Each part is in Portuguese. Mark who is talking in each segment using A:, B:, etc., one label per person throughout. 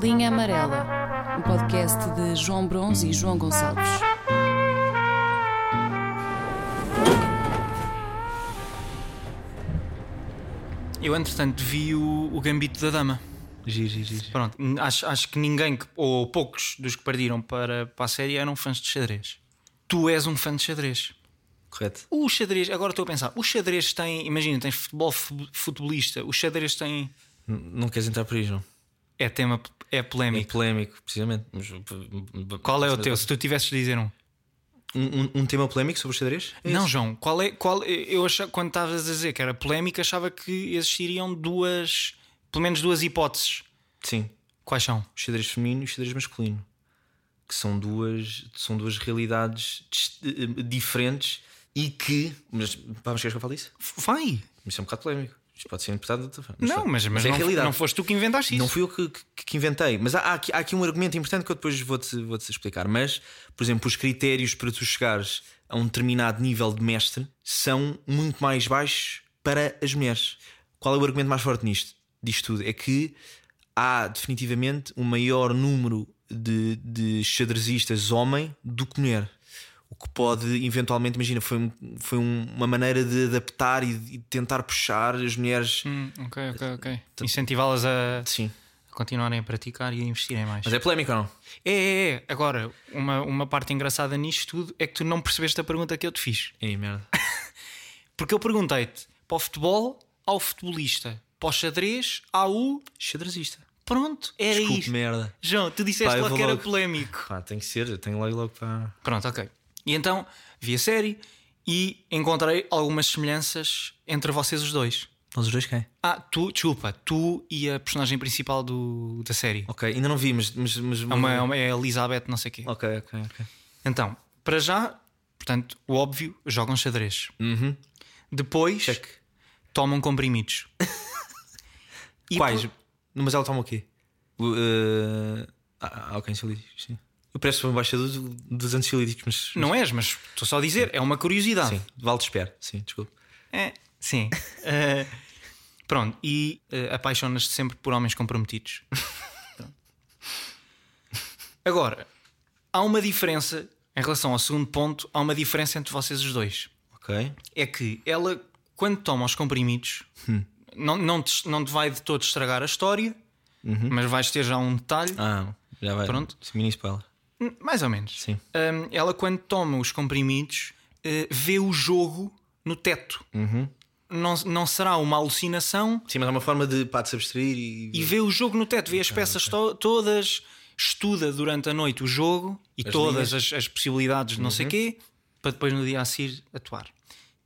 A: Linha Amarela, um podcast de João Bronze e João Gonçalves.
B: Eu, entretanto, vi o, o Gambito da Dama.
C: Giro, giro, giro.
B: Pronto, n- acho, acho que ninguém, que- ou poucos dos que partiram para, para a série eram fãs de xadrez. Tu és um fã de xadrez.
C: Correto.
B: O xadrez, agora estou a pensar, o xadrez tem, imagina, tens futebol fu- futebolista, o xadrez tem.
C: N- Não queres entrar por aí, João?
B: É tema, é
C: É
B: polémico.
C: polémico, precisamente. Mas, b-
B: Qual é o
C: b-
B: teu? Se tu tivesses de dizer um.
C: Um, um- um tema polémico sobre os xadrez?
B: Não, João, qual é, qual, eu achava, quando estavas a dizer que era polémico, achava que existiriam duas, pelo menos duas hipóteses.
C: Sim.
B: Quais são?
C: O xadrez feminino e o xadrez masculino. Que são duas, são duas realidades dis- eh, diferentes e que. Mas vamos queres que eu fale disso?
B: Vai!
C: Mas Isso é um bocado polémico. Isto pode ser interpretado de outra forma.
B: Não,
C: pronto.
B: mas, mas,
C: é
B: não,
C: a realidade.
B: não foste tu que inventaste isso.
C: Não fui eu que, que- que inventei, mas há, há aqui, há aqui um argumento importante que eu depois vou-te vou -te explicar. Mas, por exemplo, os critérios para tu chegares a um determinado nível de mestre são muito mais baixos para as mulheres. Qual é o argumento mais forte nisto? Disto tudo? É que há definitivamente um maior número de, de xadrezistas homem do que mulher. O que pode eventualmente, imagina, foi, um- foi um- uma maneira de adaptar e de e de tentar puxar as mulheres.
B: Hum, ok, ok, ok.
C: Então-
B: Incentivá-las a
C: Sim.
B: continuarem a praticar e a investirem mais.
C: Mas é polémico ou não?
B: É, é, é. Agora, uma, uma parte engraçada nisto tudo é que tu não percebeste a pergunta que eu te fiz.
C: Ei, merda.
B: Porque eu perguntei-te para o futebol, ao futebolista, para o xadrez, ao.
C: Xadrezista.
B: Pronto, era
C: Desculpe,
B: isto.
C: merda.
B: João, tu disseste
C: Pá, eu
B: logo
C: vou
B: que era
C: logo-
B: polémico.
C: É Pá, tem que ser, eu tenho logo logo para.
B: Pronto, ok. E então vi a série e encontrei algumas semelhanças entre vocês os dois.
C: Nós os dois quem?
B: Ah, tu, desculpa, tu e a personagem principal do, da série.
C: Ok, ainda não vi, mas. mas, mas
B: É, uma, é uma- é a Elizabeth, não sei o quê.
C: Ok, ok, ok.
B: Então, para já, portanto, o óbvio, jogam xadrez.
C: Uhum.
B: Depois,
C: Check.
B: tomam comprimidos. E
C: Quais?
B: por-
C: Mas ela toma o quê? O, eh, Ah, ah, ok, ansiolíticos, sim. Eu parece um embaixador do- dos ansiolíticos, mas.
B: Não és, mas estou só a dizer, é uma curiosidade.
C: Sim, vale de espera. Sim, desculpa.
B: É, sim. Eh, pronto, e eh, apaixonas-te sempre por homens comprometidos. Pronto. Agora, há uma diferença em relação ao segundo ponto, há uma diferença entre vocês os dois.
C: Ok.
B: É que ela, quando toma os comprimidos, não, não, te, não te vai de todo estragar a história, mas vais ter já um detalhe,
C: Ah, já vai.
B: Pronto.
C: Mini spoiler.
B: Hum, mais ou menos.
C: Sim.
B: Hum, ela, quando toma os comprimidos, eh, vê o jogo no teto.
C: Uhum.
B: Não, não será uma alucinação
C: Sim, mas há uma forma de, pá, de se abstrair e.
B: e vê o jogo no teto, vê as peças to- todas, estuda durante a noite o jogo e
C: As
B: todas
C: linhas. Uhum.
B: as, as possibilidades de não sei quê, para depois no dia a seguir atuar.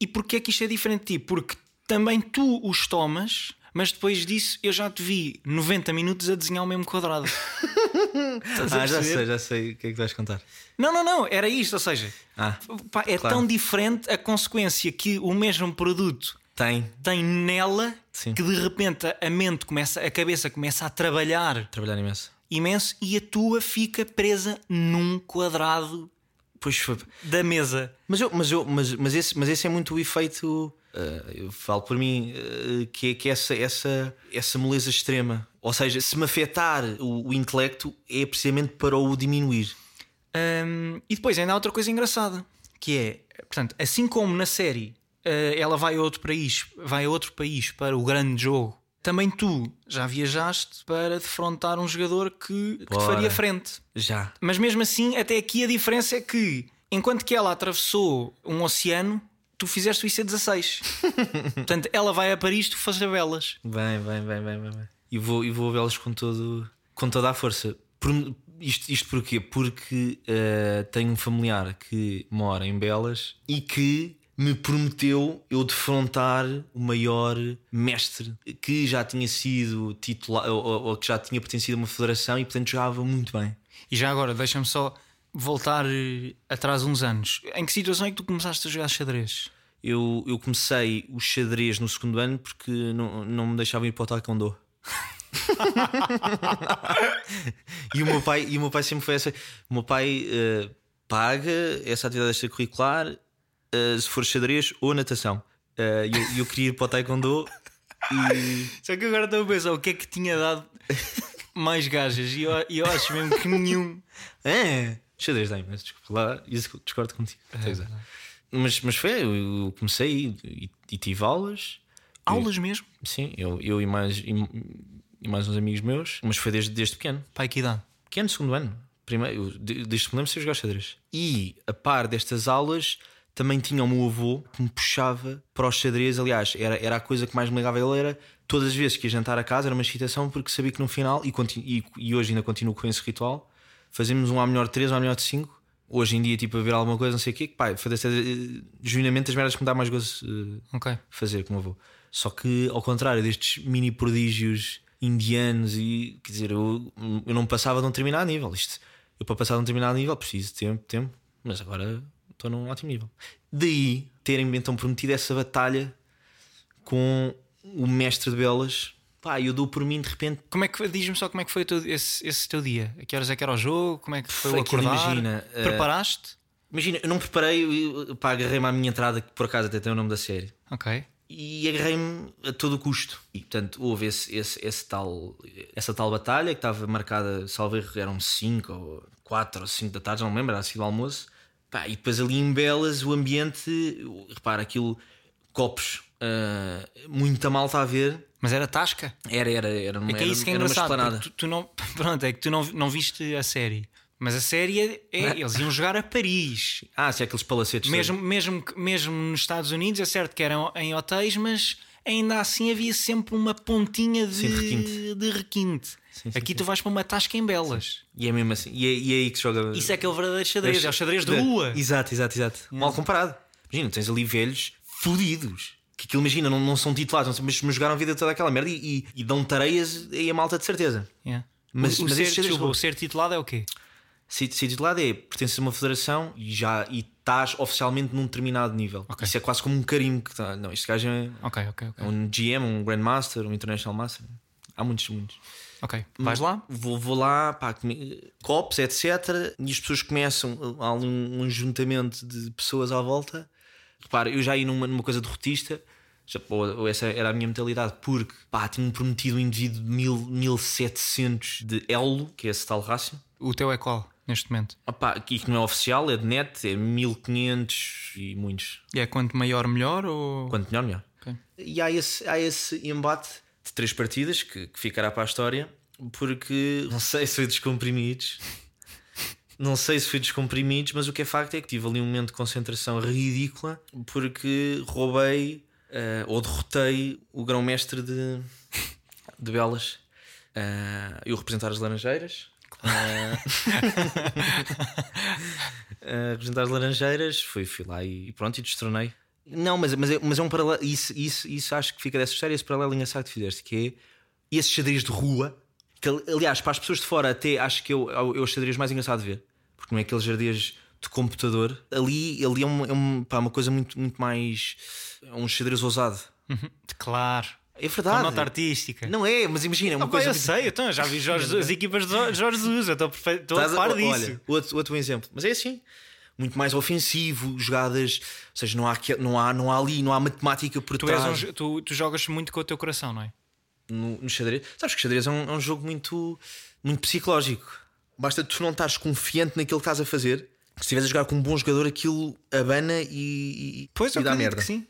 B: E porquê é que isto é diferente de ti? Porque também tu os tomas, mas depois disso eu já te vi 90 minutos a desenhar o mesmo quadrado. Estás a
C: Ah, já
B: perceber?
C: sei, já sei o que é que vais contar.
B: Não, não, não, era isto, ou seja,
C: Ah,
B: pá, é
C: Claro.
B: tão diferente a consequência que o mesmo produto
C: tem.
B: tem nela
C: Sim.
B: que de repente a mente começa, a cabeça começa a trabalhar
C: Trabalhar imenso.
B: imenso e a tua fica presa num quadrado
C: Pois foi.
B: da mesa.
C: Mas, eu, mas, eu, mas, mas, esse, mas esse é muito o efeito. eh, eu falo por mim eh, que é que essa, essa, essa moleza extrema. Ou seja, se me afetar o, o intelecto é precisamente para o diminuir.
B: Hum, e depois ainda há outra coisa engraçada que é, portanto, assim como na série eh, ela vai a outro país, vai a outro país para o grande jogo. Também tu já viajaste para defrontar um jogador que, que te
C: Bora.
B: faria frente.
C: Já.
B: Mas mesmo assim, até aqui a diferença é que enquanto que ela atravessou um oceano, tu fizeste o IC16. Portanto, ela vai a Paris, tu fazes a belas.
C: Bem, bem, bem, bem, bem. bem. E vou, e vou vê-los com, todo, com toda a força. Por- isto, isto porquê? Porque eh, tenho um familiar que mora em Belas e que me prometeu eu defrontar o maior mestre que já tinha sido titular ou, ou- ou que já tinha pertencido a uma federação e portanto jogava muito bem.
B: E já agora, deixa-me só voltar eh, atrás uns anos. Em que situação é que tu começaste a jogar xadrez?
C: Eu, eu comecei o xadrez no segundo ano porque não, não me deixavam ir para o taekwondo. e, o meu pai, e o meu pai sempre foi essa. O meu pai eh, paga essa atividade extracurricular eh, se for xadrez ou natação. Eh, E eu, eu queria ir para o taekwondo e
B: Só que agora estou a pensar o que é que tinha dado. mais gajas e eu, e eu acho mesmo que nenhum.
C: É, xadrez dá imenso, desculpa lá, isso eu discordo contigo. Tens razão. Mas, mas foi, eu eu comecei e, e tive aulas,
B: Aulas mesmo?
C: sim, eu, eu e, mais, e, e mais uns amigos meus, mas foi desde, desde pequeno.
B: Pai, que idade?
C: Pequeno, segundo ano, primeiro, eu- de- desde que me lembro, sei jogar xadrez. E a par destas aulas, também tinha o meu avô que me puxava para o xadrez. Aliás, era, era a coisa que mais me ligava a ele, era todas as vezes que ia jantar a casa, era uma excitação, porque sabia que no final, e, conti- e, e hoje ainda continuo com esse ritual, fazemos um A melhor de 3, um A melhor de 5. Hoje em dia, tipo, a ver alguma coisa, não sei o quê, que, pá, fazer eh, genuinamente as merdas que me dá mais gozo eh,
B: Ok.
C: fazer como avô. Só que, ao contrário destes mini prodígios indianos, e quer dizer, eu, eu não passava de um determinado nível. Isto, eu para passar de um determinado nível preciso de tempo, tempo, mas agora estou num ótimo nível. Daí terem-me então prometido essa batalha com o mestre de belas. Pá, eu dou por mim de repente.
B: Como é que foi- diz-me só como é que foi o teu- esse, esse teu dia? A que horas é que era o jogo? Como é que foi o
C: Aquilo,
B: acordar?
C: imagina, eh,
B: Preparaste?
C: Imagina, eu não preparei, eu, eu, pá, agarrei-me à minha entrada, que por acaso até tem o nome da série.
B: Ok.
C: e agarrei-me a todo o custo. E portanto houve esse, esse- esse tal, essa tal batalha que estava marcada, salvo erro, eram 5 ou 4 ou 5 da tarde, já não me lembro, era assim do almoço. Pá, e depois ali em Belas o ambiente, repara, aquilo, copos, ah, muita malta a ver.
B: Mas era Tasca?
C: Era, era, era, uma,
B: É que é
C: era,
B: isso que é
C: era uma
B: engraçado.
C: esplanada.
B: porque Tu, tu não, pronto, é que tu não, não viste a série. Mas a série é. é- eles iam jogar a Paris.
C: Ah, se é aqueles palacetes.
B: Mesmo, mesmo, que- mesmo nos Estados Unidos, é certo que eram em hotéis, mas ainda assim havia sempre uma pontinha de
C: Sim, de requinte.
B: de requinte.
C: Sim, sim,
B: Aqui tu vais para uma tasca em belas.
C: E é mesmo assim. E é, e é aí que se joga.
B: Isso é aquele verdadeiro xadrez, é o xadrez de rua.
C: Exato, exato, exato. Mal comparado. Imagina, tens ali velhos fodidos. Que aquilo, imagina, não, não são titulados, não são- mas me jogaram a vida toda aquela merda e, e, e dão tareias aí a malta de certeza.
B: Yeah.
C: Mas-
B: o, o
C: mas
B: ser,
C: esse xadrez de
B: desculpa,
C: rua.
B: o ser titulado é o quê?
C: Ser, ser titulado é pertences a uma federação e já e estás oficialmente num determinado nível.
B: Ok.
C: Isso é quase como um carimbo. Que tá- não, este gajo é,
B: Ok, ok, ok.
C: é um GM, um Grandmaster, um International Master. Há muitos, muitos.
B: Ok, vais lá?
C: Hum. Vou, vou lá, pá, come- copos, etc. E as pessoas começam, há ali um, um juntamento de pessoas à volta. Repara, eu já ia numa, numa coisa derrotista, já, ou, ou essa era a minha mentalidade, porque pá, tinha um prometido um indivíduo de mil, 1700 de Elo, que é esse tal rácio.
B: O teu é qual neste momento?
C: Opá, e que não é oficial, é de net, é 1500 e muitos.
B: E é quanto maior, melhor? Ou...
C: Quanto melhor, melhor.
B: Ok.
C: E há esse, há esse embate de três partidas que, que ficará para a história, porque não sei se foi descomprimidos, não sei se foi descomprimidos, mas o que é facto é que tive ali um momento de concentração ridícula, porque roubei eh, ou derrotei o grão-mestre de, de Belas. Eh, eu representar as Laranjeiras. Eh, eh, representar as Laranjeiras, fui, fui lá e, e pronto, e destronei. Não, mas, mas, é, mas é um paralelo. Isso, isso, isso acho que fica dessa história, esse paralelo engraçado que fizeste, que é esse xadrez de rua. Que, aliás, para as pessoas de fora, até acho que é o, é o xadrez mais engraçado de ver, porque não é aquele xadrez de computador. Ali, ali é, um, é um- pá, uma coisa muito, muito mais. É um xadrez ousado.
B: Claro.
C: É
B: Uma
C: verdade.
B: nota artística.
C: Não é, mas imagina, é uma
B: Ah, pá,
C: coisa.
B: eu sei, então eu já vi Jorge, as equipas de Jo- Jorge Jesus, eu estou perfe- estou a
C: Estás
B: par disso.
C: Olha, outro, outro exemplo. Mas é assim. Muito mais ofensivo, jogadas. Ou seja, não há, aquel- não há, não há ali, não há matemática por
B: tu, és
C: trás.
B: um jo- tu, tu jogas muito com o teu coração, não é?
C: no, no xadrez. Sabes que xadrez é um, é um jogo muito, muito psicológico. Basta tu não estás confiante naquilo que estás a fazer. que Se estiveres a jogar com um bom jogador, aquilo abana e, e,
B: Pois,
C: e
B: eu
C: dá
B: acredito
C: merda.
B: que sim.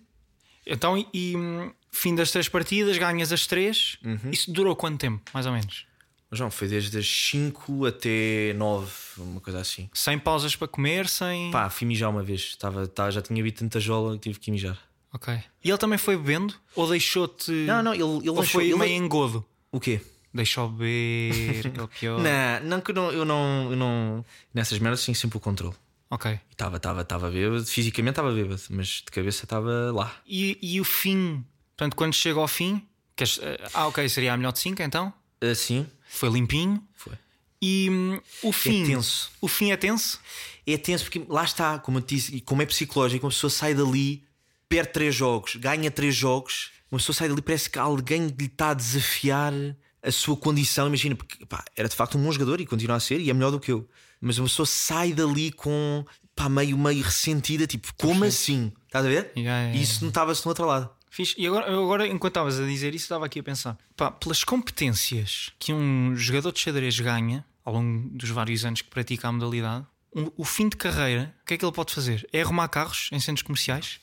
B: Então, e, e, hum, fim das três partidas, ganhas as três.
C: Uhum.
B: Isso durou quanto tempo, mais ou menos?
C: João, foi desde as 5 até 9, uma coisa assim.
B: Sem pausas para comer, sem.
C: Pá, fui mijar uma vez. Estava, tá- já tinha bebido tanta jola que tive que mijar.
B: Ok. E ele também foi bebendo? Ou deixou-te.
C: Não, não, ele, ele
B: Ou
C: achou-
B: foi
C: ele-
B: meio engodo?
C: O quê?
B: Deixou beber, é o pior.
C: Não, não que eu não, eu não, eu não- Nessas merdas tinha sempre o controle.
B: Ok.
C: Estava, estava, estava bêbado. Fisicamente estava bêbado, mas de cabeça estava lá.
B: E, e o fim? Portanto, quando chega ao fim. queres- ah, ok, seria a melhor de cinco então.
C: Assim
B: Foi limpinho.
C: foi.
B: E hum, o fim.
C: tenso.
B: O fim é tenso.
C: É tenso porque lá está, como eu te disse, e como é psicológico, uma pessoa sai dali, perde três jogos, ganha três jogos, uma pessoa sai dali, parece que alguém lhe está a desafiar a sua condição. Imagina, porque pá, era de facto um bom jogador e continua a ser, e é melhor do que eu. Mas uma pessoa sai dali com pá, meio, meio ressentida, tipo, como assim? Estás a ver?
B: Yeah, yeah,
C: E isso notava-se no outro lado.
B: Fixe. E agora, eu agora, enquanto estavas a dizer isso, estava aqui a pensar: pá, pelas competências que um jogador de xadrez ganha ao longo dos vários anos que pratica a modalidade, um- o fim de carreira, o que é que ele pode fazer? É arrumar carros em centros comerciais?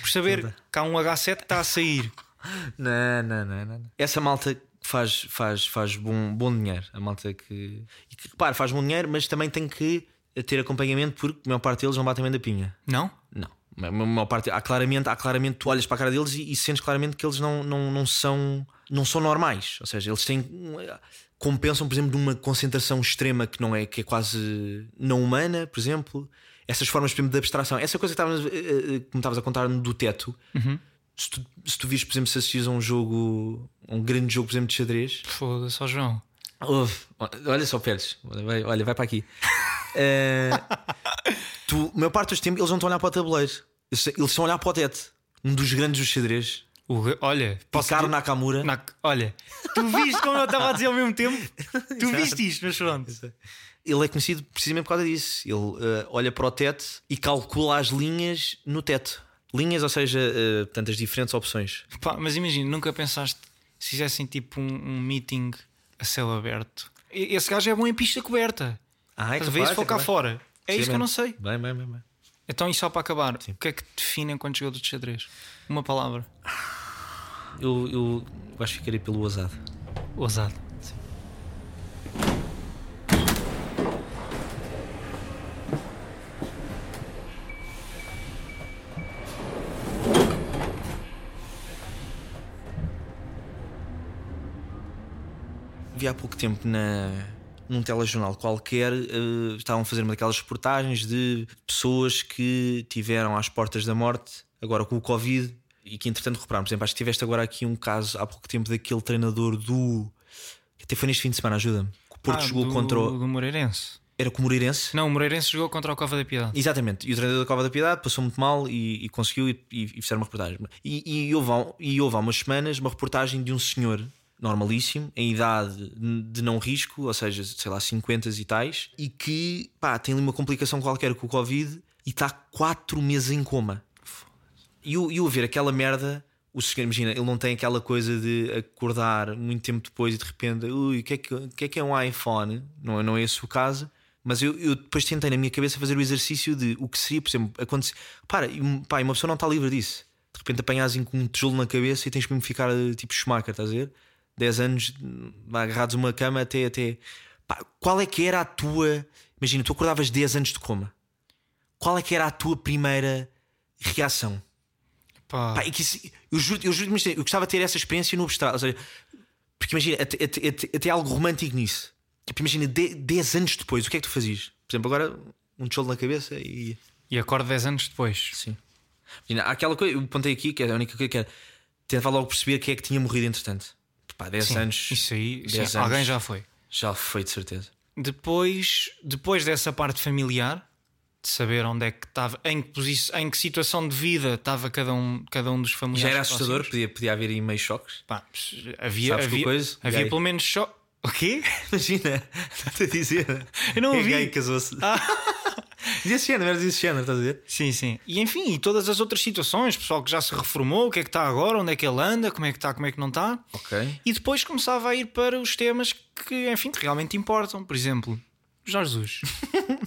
B: Por saber que há um H7 que está a sair.
C: Não, não, não, não. não. Essa malta que faz, faz, faz bom, bom dinheiro. A malta que. E que, repare, faz bom dinheiro, mas também tem que ter acompanhamento porque a maior parte deles não batem bem da pinha.
B: Não?
C: Não. A maior parte, há claramente, há claramente, tu olhas para a cara deles e, e sentes claramente que eles não, não, não, são, não são normais. Ou seja, eles têm. compensam, por exemplo, de uma concentração extrema que não é, que é quase não humana, por exemplo. Essas formas, por exemplo, de abstração. Essa coisa que, estavas, eh, eh, que me estavas a contar do teto. Se tu, se tu vires, por exemplo, se assistires a um jogo, a um grande jogo, por exemplo, de xadrez,
B: Foda-se, ó João.
C: Ouve, olha só, Pérez, vai- olha, vai para aqui. Eh, tu, a maior parte dos tempos, eles não estão a olhar para o tabuleiro, eles, eles estão a olhar para o teto. Um dos grandes dos xadrez,
B: O ga- olha, posso
C: Caro
B: dizer-
C: Nakamura.
B: na- Olha, tu viste como eu estava a dizer ao mesmo tempo? Tu viste isto, mas pronto.
C: Ele é conhecido precisamente por causa disso. Ele eh, olha para o teto e calcula as linhas no teto. Linhas, ou seja, eh, portanto, as diferentes opções.
B: Pá, mas imagina, nunca pensaste se fizessem tipo um, um meeting a céu aberto? E- Esse gajo é bom em pista coberta.
C: Ah,
B: Às vezes vou cá fora. É isso que eu não sei.
C: Bem, bem, bem, bem.
B: Então, e só para acabar, o que é que te define enquanto jogador de xadrez? Uma palavra.
C: Eu, eu acho que ficaria pelo ousado.
B: Ousado.
C: vi há pouco tempo na, num telejornal qualquer, eh, estavam a fazer uma daquelas reportagens de pessoas que tiveram às portas da morte, agora com o Covid, e que entretanto recuperaram. Por exemplo, acho que tiveste agora aqui um caso há pouco tempo daquele treinador do. que Até foi neste fim de semana, ajuda-me. Que o Porto
B: Ah,
C: jogou
B: do,
C: contra. O,
B: do Moreirense.
C: era com o Moreirense.
B: Não, o Moreirense jogou contra o Cova da Piedade.
C: Exatamente, e o treinador da Cova da Piedade passou muito mal e, e conseguiu e, e e fizeram uma reportagem. E, e, houve, há- um, e houve há umas semanas uma reportagem de um senhor normalíssimo, em idade de não risco, ou seja, sei lá, 50 e tais, e que pá, tem ali uma complicação qualquer com o Covid e está 4 meses em coma. E eu, e eu ver aquela merda, o senhor, imagina, ele não tem aquela coisa de acordar muito tempo depois e de repente, ui, o que é que, o que é, que é um iPhone? Não, é- não é esse o caso. Mas eu, eu depois tentei na minha cabeça fazer o exercício de o que seria, por exemplo, acontecer. Para, e um- pá, e uma pessoa não está livre disso. De repente apanhas em com um tijolo na cabeça e tens mesmo que ficar eh, tipo Schumacher, estás a ver? 10 anos hum, agarrados a uma cama até. até... Pá, qual é que era a tua. Imagina, tu acordavas 10 anos de coma. Qual é que era a tua primeira reação?
B: Pá,
C: Pá, é que isso- eu juro, eu juro, mas eu gostava de ter essa experiência no abstrato. ou seja, porque imagina, até, até, até- até algo romântico nisso. Tipo, imagina, de- 10 anos depois, o que é que tu fazias? Por exemplo, agora um tijolo na cabeça e.
B: E acordo 10 anos depois.
C: Sim. Imagina, há aquela coisa, eu apontei aqui, que é a única coisa que era. Tentava logo perceber quem é que tinha morrido entretanto. Pá, 10
B: Sim,
C: anos.
B: Isso aí,
C: 10
B: sim,
C: anos.
B: alguém já foi.
C: Já foi, de certeza.
B: Depois, depois dessa parte familiar, de saber onde é que estava, em que, posi- em que situação de vida estava cada um, cada um dos familiares.
C: Já era
B: próximos.
C: assustador, podia, podia haver aí meio choques.
B: Pá, havia
C: Sabes que
B: havia,
C: coisa?
B: havia
C: Gay.
B: pelo menos só. O quê?
C: Imagina, estou a dizer.
B: Eu não
C: É
B: ouvi.
C: gay e casou-se. Desse género, era desse género, estás a ver?
B: Sim, sim. E enfim, e todas as outras situações, pessoal que já se reformou, o que é que está agora, onde é que ele anda, como é que está, como é que não está.
C: Ok.
B: E depois começava a ir para os temas que, enfim, que realmente importam. Por exemplo, Jorge Jesus.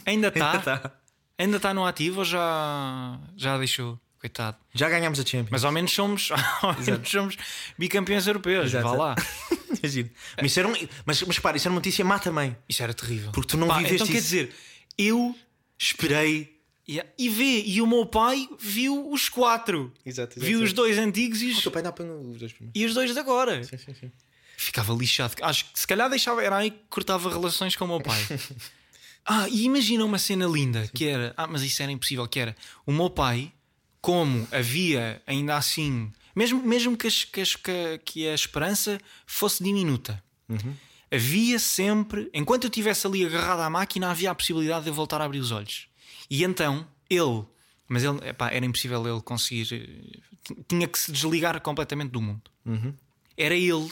B: Ainda está?
C: Tá.
B: Ainda está no ativo ou já, já deixou? Coitado.
C: Já ganhámos a Champions.
B: Mas ao menos somos, ao menos somos bicampeões europeus.
C: Exato.
B: Vá lá.
C: Imagino. Mas, isso era um- mas, mas repara, isso era uma notícia má também.
B: Isso era terrível.
C: Porque tu não
B: Pá,
C: viveste
B: então quer
C: isso.
B: dizer, eu
C: Esperei.
B: Yeah. E vê, e o meu pai viu os quatro.
C: Exato,
B: viu os dois antigos e os,
C: pai não apanhou os dois primeiros.
B: e os dois de agora. Ficava lixado. Acho que se calhar deixava, era aí que cortava relações com o meu pai. ah, e imagina uma cena linda que era, ah, mas isso era impossível, que era o meu pai, como havia ainda assim, mesmo, mesmo que, as- que as- que a, que a esperança fosse diminuta. Havia sempre, enquanto eu estivesse ali agarrado à máquina, havia a possibilidade de eu voltar a abrir os olhos. E então ele, mas ele, epá, era impossível ele conseguir, eh, t- tinha que se desligar completamente do mundo era ele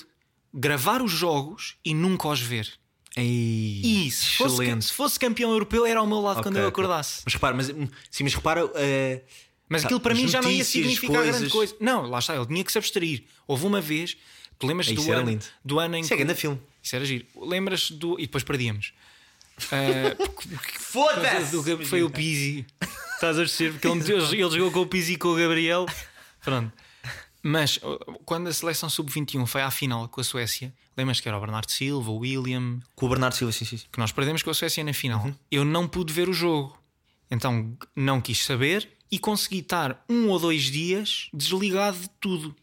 B: gravar os jogos e nunca os ver.
C: Hum,
B: E se fosse,
C: Excelente.
B: se fosse campeão europeu, era ao meu lado quando
C: Ok,
B: eu
C: ok.
B: acordasse.
C: Mas repara, mas, hum, sim, mas repara eh,
B: Mas
C: Tá,
B: aquilo para
C: as
B: mim já não ia
C: notícias,
B: significar grande
C: coisas.
B: coisa. Não, lá está, ele tinha que se abstrair. Houve uma vez, tu lembras-te
C: Isso
B: do,
C: era
B: ano-
C: lindo.
B: do ano em
C: Isso é grande filme.
B: Isso era giro. Lembras do. E depois perdíamos. Ah, porque- porque-
C: Foda-se!
B: do Gab- Foi o Pizzi. Estás a perceber? Porque ele, ele ele jogou com o Pizzi e com o Gabriel. Pronto. Mas oh, quando a seleção sub-21 foi à final com a Suécia, lembras que era o Bernardo Silva, o William,
C: Com o Bernardo Silva, sim, sim. sim.
B: que nós perdemos com a Suécia na final. Eu não pude ver o jogo. Então não quis saber e consegui estar um ou dois dias desligado de tudo.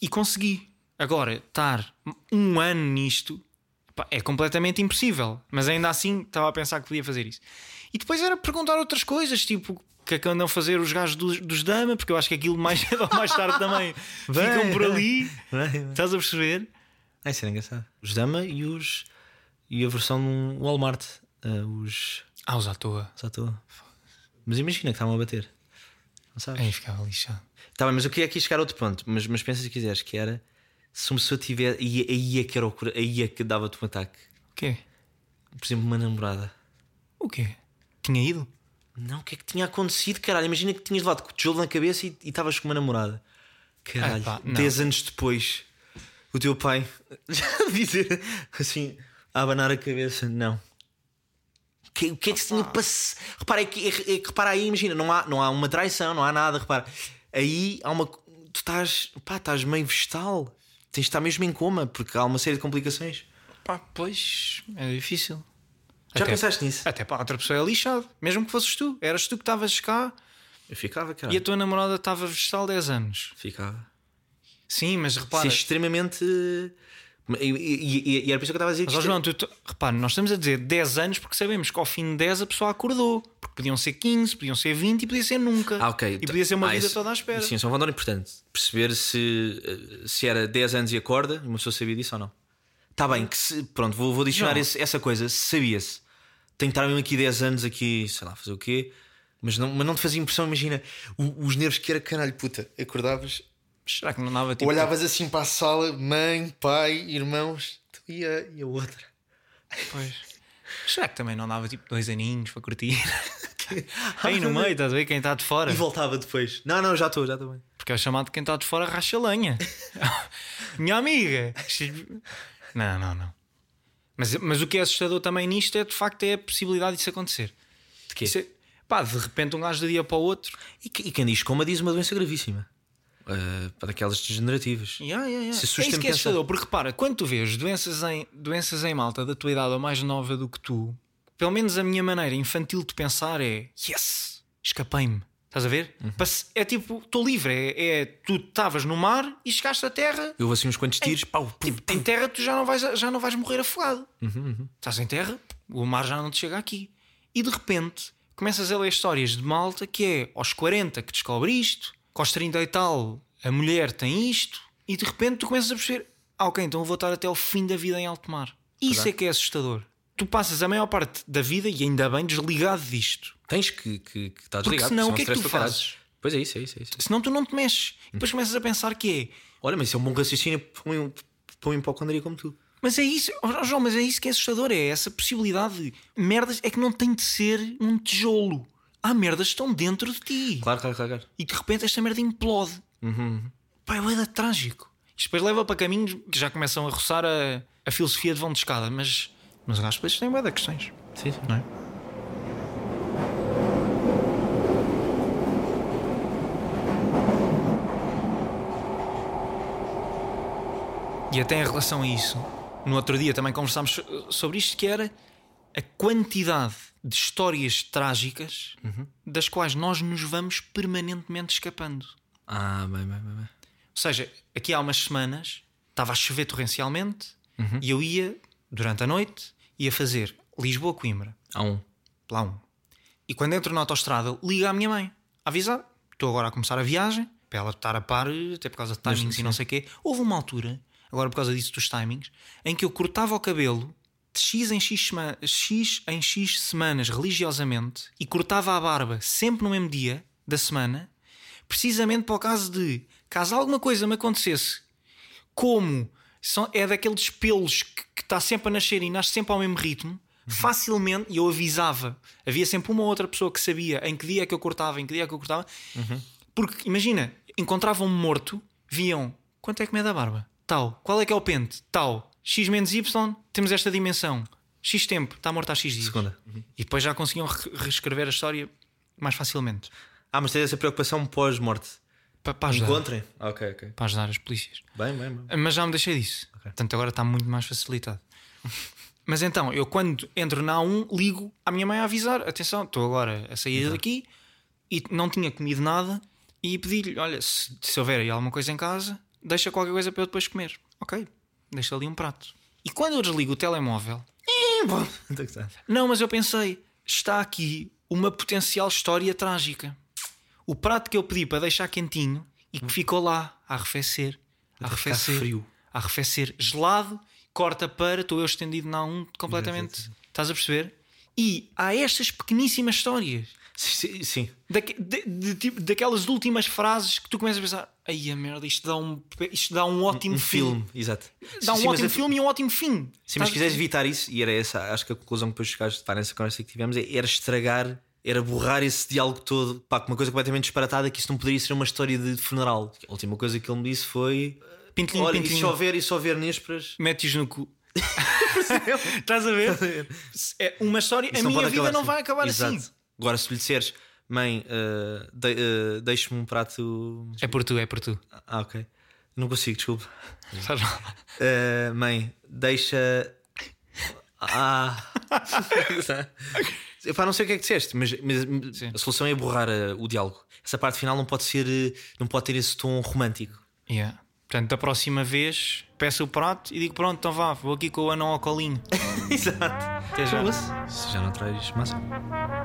B: E consegui. Agora, estar um ano nisto pá, é completamente impossível. Mas ainda assim estava a pensar que podia fazer isso. E depois era perguntar outras coisas, tipo. O que é que andam a fazer os gajos dos, dos Dama? Porque eu acho que aquilo mais cedo ou mais tarde também ficam
C: Vai,
B: por ali.
C: Vai, vai.
B: Estás a perceber?
C: Ah, Isso era engraçado. Os Dama e os. E a versão Walmart. ah, os.
B: Ah, os à toa.
C: Só estou. Mas imagina que estavam a bater. Não sabes?
B: Aí ficava lixado.
C: Tá bem, mas eu queria aqui chegar a outro ponto. Mas, mas pensa se quiseres que era. Se uma pessoa tiver. Aí, aí é que era o cora- Aí é que dava-te um ataque.
B: O quê?
C: Por exemplo, uma namorada.
B: O quê? Tinha ido?
C: Não, o que é que tinha acontecido, caralho? Imagina que tinhas levado com o tijolo na cabeça e e estavas com uma namorada. Caralho,
B: Ah, pá, não.
C: 10 anos depois, o teu pai já dizer assim, a abanar a cabeça, não. Que- o que é que se tinha passado? Repara, é que, é, é que repara aí, imagina, não há, não há uma traição, não há nada, repara. Aí há uma. Tu estás, pá, estás meio vegetal. Tens de estar mesmo em coma, porque há uma série de complicações.
B: Pá, pois é difícil.
C: Já
B: Até-
C: pensaste nisso?
B: Até para a outra pessoa é lixado, mesmo que fosses tu. Eras tu que estavas cá
C: Eu ficava,
B: e a
C: caralho.
B: tua namorada estava vegetal 10 anos.
C: Ficava.
B: Sim, mas
C: Isso
B: repara.
C: é extremamente. eh, E, e- e- e era por isso que eu estava a dizer. que
B: Mas, ó,
C: isto-
B: João, tu, tu- repara, nós estamos a dizer 10 anos porque sabemos que ao fim de 10 a pessoa acordou. Porque podiam ser 15, podiam ser 20 e podia ser nunca.
C: Ah, ok.
B: E podia ser uma
C: Ah,
B: vida
C: isso-
B: toda à espera.
C: Sim, isso é um valor importante. Perceber se, eh, se era 10 anos e acorda, uma pessoa sabia disso ou não. Está bem, que se- pronto, vou, vou adicionar
B: Não.
C: esse- essa coisa. Sabia-se. Tenho que estar mesmo aqui 10 anos, aqui, sei lá, fazer o quê. Mas não, mas não te fazia impressão, imagina, o- os nervos que era caralho, puta. Acordavas,
B: Será que não dava tipo.
C: olhavas assim para a sala, mãe, pai, irmãos, tu e a, e a outra.
B: Pois. Será que também não dava tipo dois aninhos para curtir? Aí no meio, estás a ver quem está de fora?
C: E voltava depois. Não, não, já estou, já estou bem.
B: Porque é o chamado de quem está de fora racha lenha. Minha amiga. Não, não, não. Mas, mas o que é assustador também nisto é de facto é a possibilidade disso acontecer.
C: De quê?
B: Isso é- pá, de repente um gajo do dia para o outro.
C: E, que- e quem diz coma diz uma doença gravíssima. Eh, para aquelas degenerativas.
B: Yeah, yeah, yeah. é
C: Se
B: isso
C: assusta-me
B: que é
C: pensar.
B: assustador, porque repara, quando tu vês doenças em, doenças em malta da tua idade ou mais nova do que tu, pelo menos a minha maneira infantil de pensar é yes, escapei-me. Estás a ver? Passe- É tipo, estou livre. É, é tu estavas no mar e chegaste à terra
C: Eu vou assim uns quantos tiros, pau, pum,
B: Tipo, em terra tu já não vais, já não vais morrer afogado.
C: Uhum,
B: Estás em terra, o mar já não te chega aqui. E de repente começas a ler histórias de malta que é aos 40 que descobre isto, que aos 30 e tal a mulher tem isto, e de repente tu começas a perceber: ah, ok, então eu vou estar até ao fim da vida em alto mar. Isso é que é assustador. Tu passas a maior parte da vida, e ainda bem, desligado disto.
C: Tens que, que, que estar
B: Porque
C: desligado.
B: senão,
C: senão
B: o que é que
C: stress
B: tu
C: do caralho.
B: fazes?
C: Pois é isso, é isso, é isso.
B: Senão tu não te mexes. E depois começas a pensar que é.
C: Olha, mas isso é um bom raciocínio para um, para um hipocondria como tu.
B: Mas é isso, ó, João, mas é isso que é assustador, é essa possibilidade. Merdas é que não tem de ser um tijolo. Há merdas que estão dentro de ti.
C: Claro, claro, claro. claro.
B: E de repente esta merda implode. Pá, é bué de trágico. Isto depois leva para caminhos que já começam a roçar a, a filosofia de vão de escada, mas, mas os gajos depois têm bué de questões,
C: Sim, sim.
B: não é? E até em relação a isso, no outro dia também conversámos so- sobre isto que era a quantidade de histórias trágicas das quais nós nos vamos permanentemente escapando.
C: Ah, bem, bem, bem. bem.
B: Ou seja, aqui há umas semanas estava a chover torrencialmente e eu ia, durante a noite, ia fazer Lisboa-Coimbra,
C: Há um.
B: lá um. E quando entro na autostrada, liga à minha mãe, a avisar, estou agora a começar a viagem, para ela estar a par, até por causa de timings e não sei o quê. Houve uma altura, agora por causa disso dos timings, em que eu cortava o cabelo de X em X, sema- X em X semanas religiosamente e cortava a barba sempre no mesmo dia da semana, precisamente para o caso de, caso alguma coisa me acontecesse como são- é daqueles pelos que está sempre a nascer e nasce sempre ao mesmo ritmo, facilmente, e eu avisava, havia sempre uma ou outra pessoa que sabia em que dia é que eu cortava, em que dia é que eu cortava, Porque, imagina, encontravam-me morto, viam quanto é que me é da barba? Tal. Qual é que é o pente? Tal. X menos Y, temos esta dimensão. X tempo, está morto há X dias.
C: Segunda.
B: E depois já conseguiam re- reescrever a história mais facilmente.
C: Ah, mas tens essa preocupação pós-morte.
B: Pa- Para ajudar,
C: Encontrem. Ah, ok, ok.
B: para ajudar as polícias.
C: Bem, bem, bem.
B: Mas já me deixei disso. Portanto, agora está muito mais facilitado. Mas então, eu quando entro na A1, ligo à minha mãe a avisar: atenção, estou agora a sair daqui e não tinha comido nada. E pedi-lhe: olha, se, se houver aí alguma coisa em casa, deixa qualquer coisa para eu depois comer. Ok, deixa ali um prato. E quando eu desligo o telemóvel,
C: Então, tá.
B: não, mas eu pensei, está aqui uma potencial história trágica. O prato que eu pedi para deixar quentinho e que ficou lá a arrefecer, a
C: ficar
B: arrefecer,
C: frio.
B: a arrefecer, gelado, corta para, estou eu estendido na um completamente. Estás a perceber? E há estas pequeníssimas histórias.
C: Sim, sim, sim.
B: Daque- de- de tipo- daquelas últimas frases que tu começas a pensar, ai a merda, isto dá um, isto dá um ótimo
C: Um
B: fim.
C: filme, exato.
B: Dá um
C: Sim, sim, mas é
B: ótimo
C: a-
B: filme e um ótimo fim.
C: Sim, mas
B: Estás-
C: se quiseres evitar isso, e era essa, acho que a conclusão que depois chegaste pá, nessa conversa que tivemos, é- era estragar, era borrar esse diálogo todo, pá, com uma coisa completamente disparatada, que isso não poderia ser uma história de funeral. A última coisa que ele me disse foi:
B: Pintelinho,
C: Olha, e se
B: pintelinho.
C: houver, e se houver nésperas.
B: metes no cu. Estás a ver? É uma história.
C: isso
B: a minha
C: pode
B: vida
C: acabar
B: não
C: assim."
B: vai acabar
C: Exato.
B: assim.
C: Agora, se lhe disseres, mãe, eh, de- eh, deixa-me um prato.
B: É por tu, é por tu.
C: Ah, ok. Não consigo, desculpa.
B: Faz mal.
C: Eh, mãe, deixa. Ah. Epá, não sei o que é que disseste, mas, mas
B: Sim.
C: a solução é borrar eh, o diálogo. Essa parte final não pode ser, eh, não pode ter esse tom romântico.
B: Yeah. Portanto, da próxima vez peço o prato e digo: pronto, então vá, vou aqui com o anão ao colinho.
C: Exato.
B: Até já.
C: Se já não traz massa.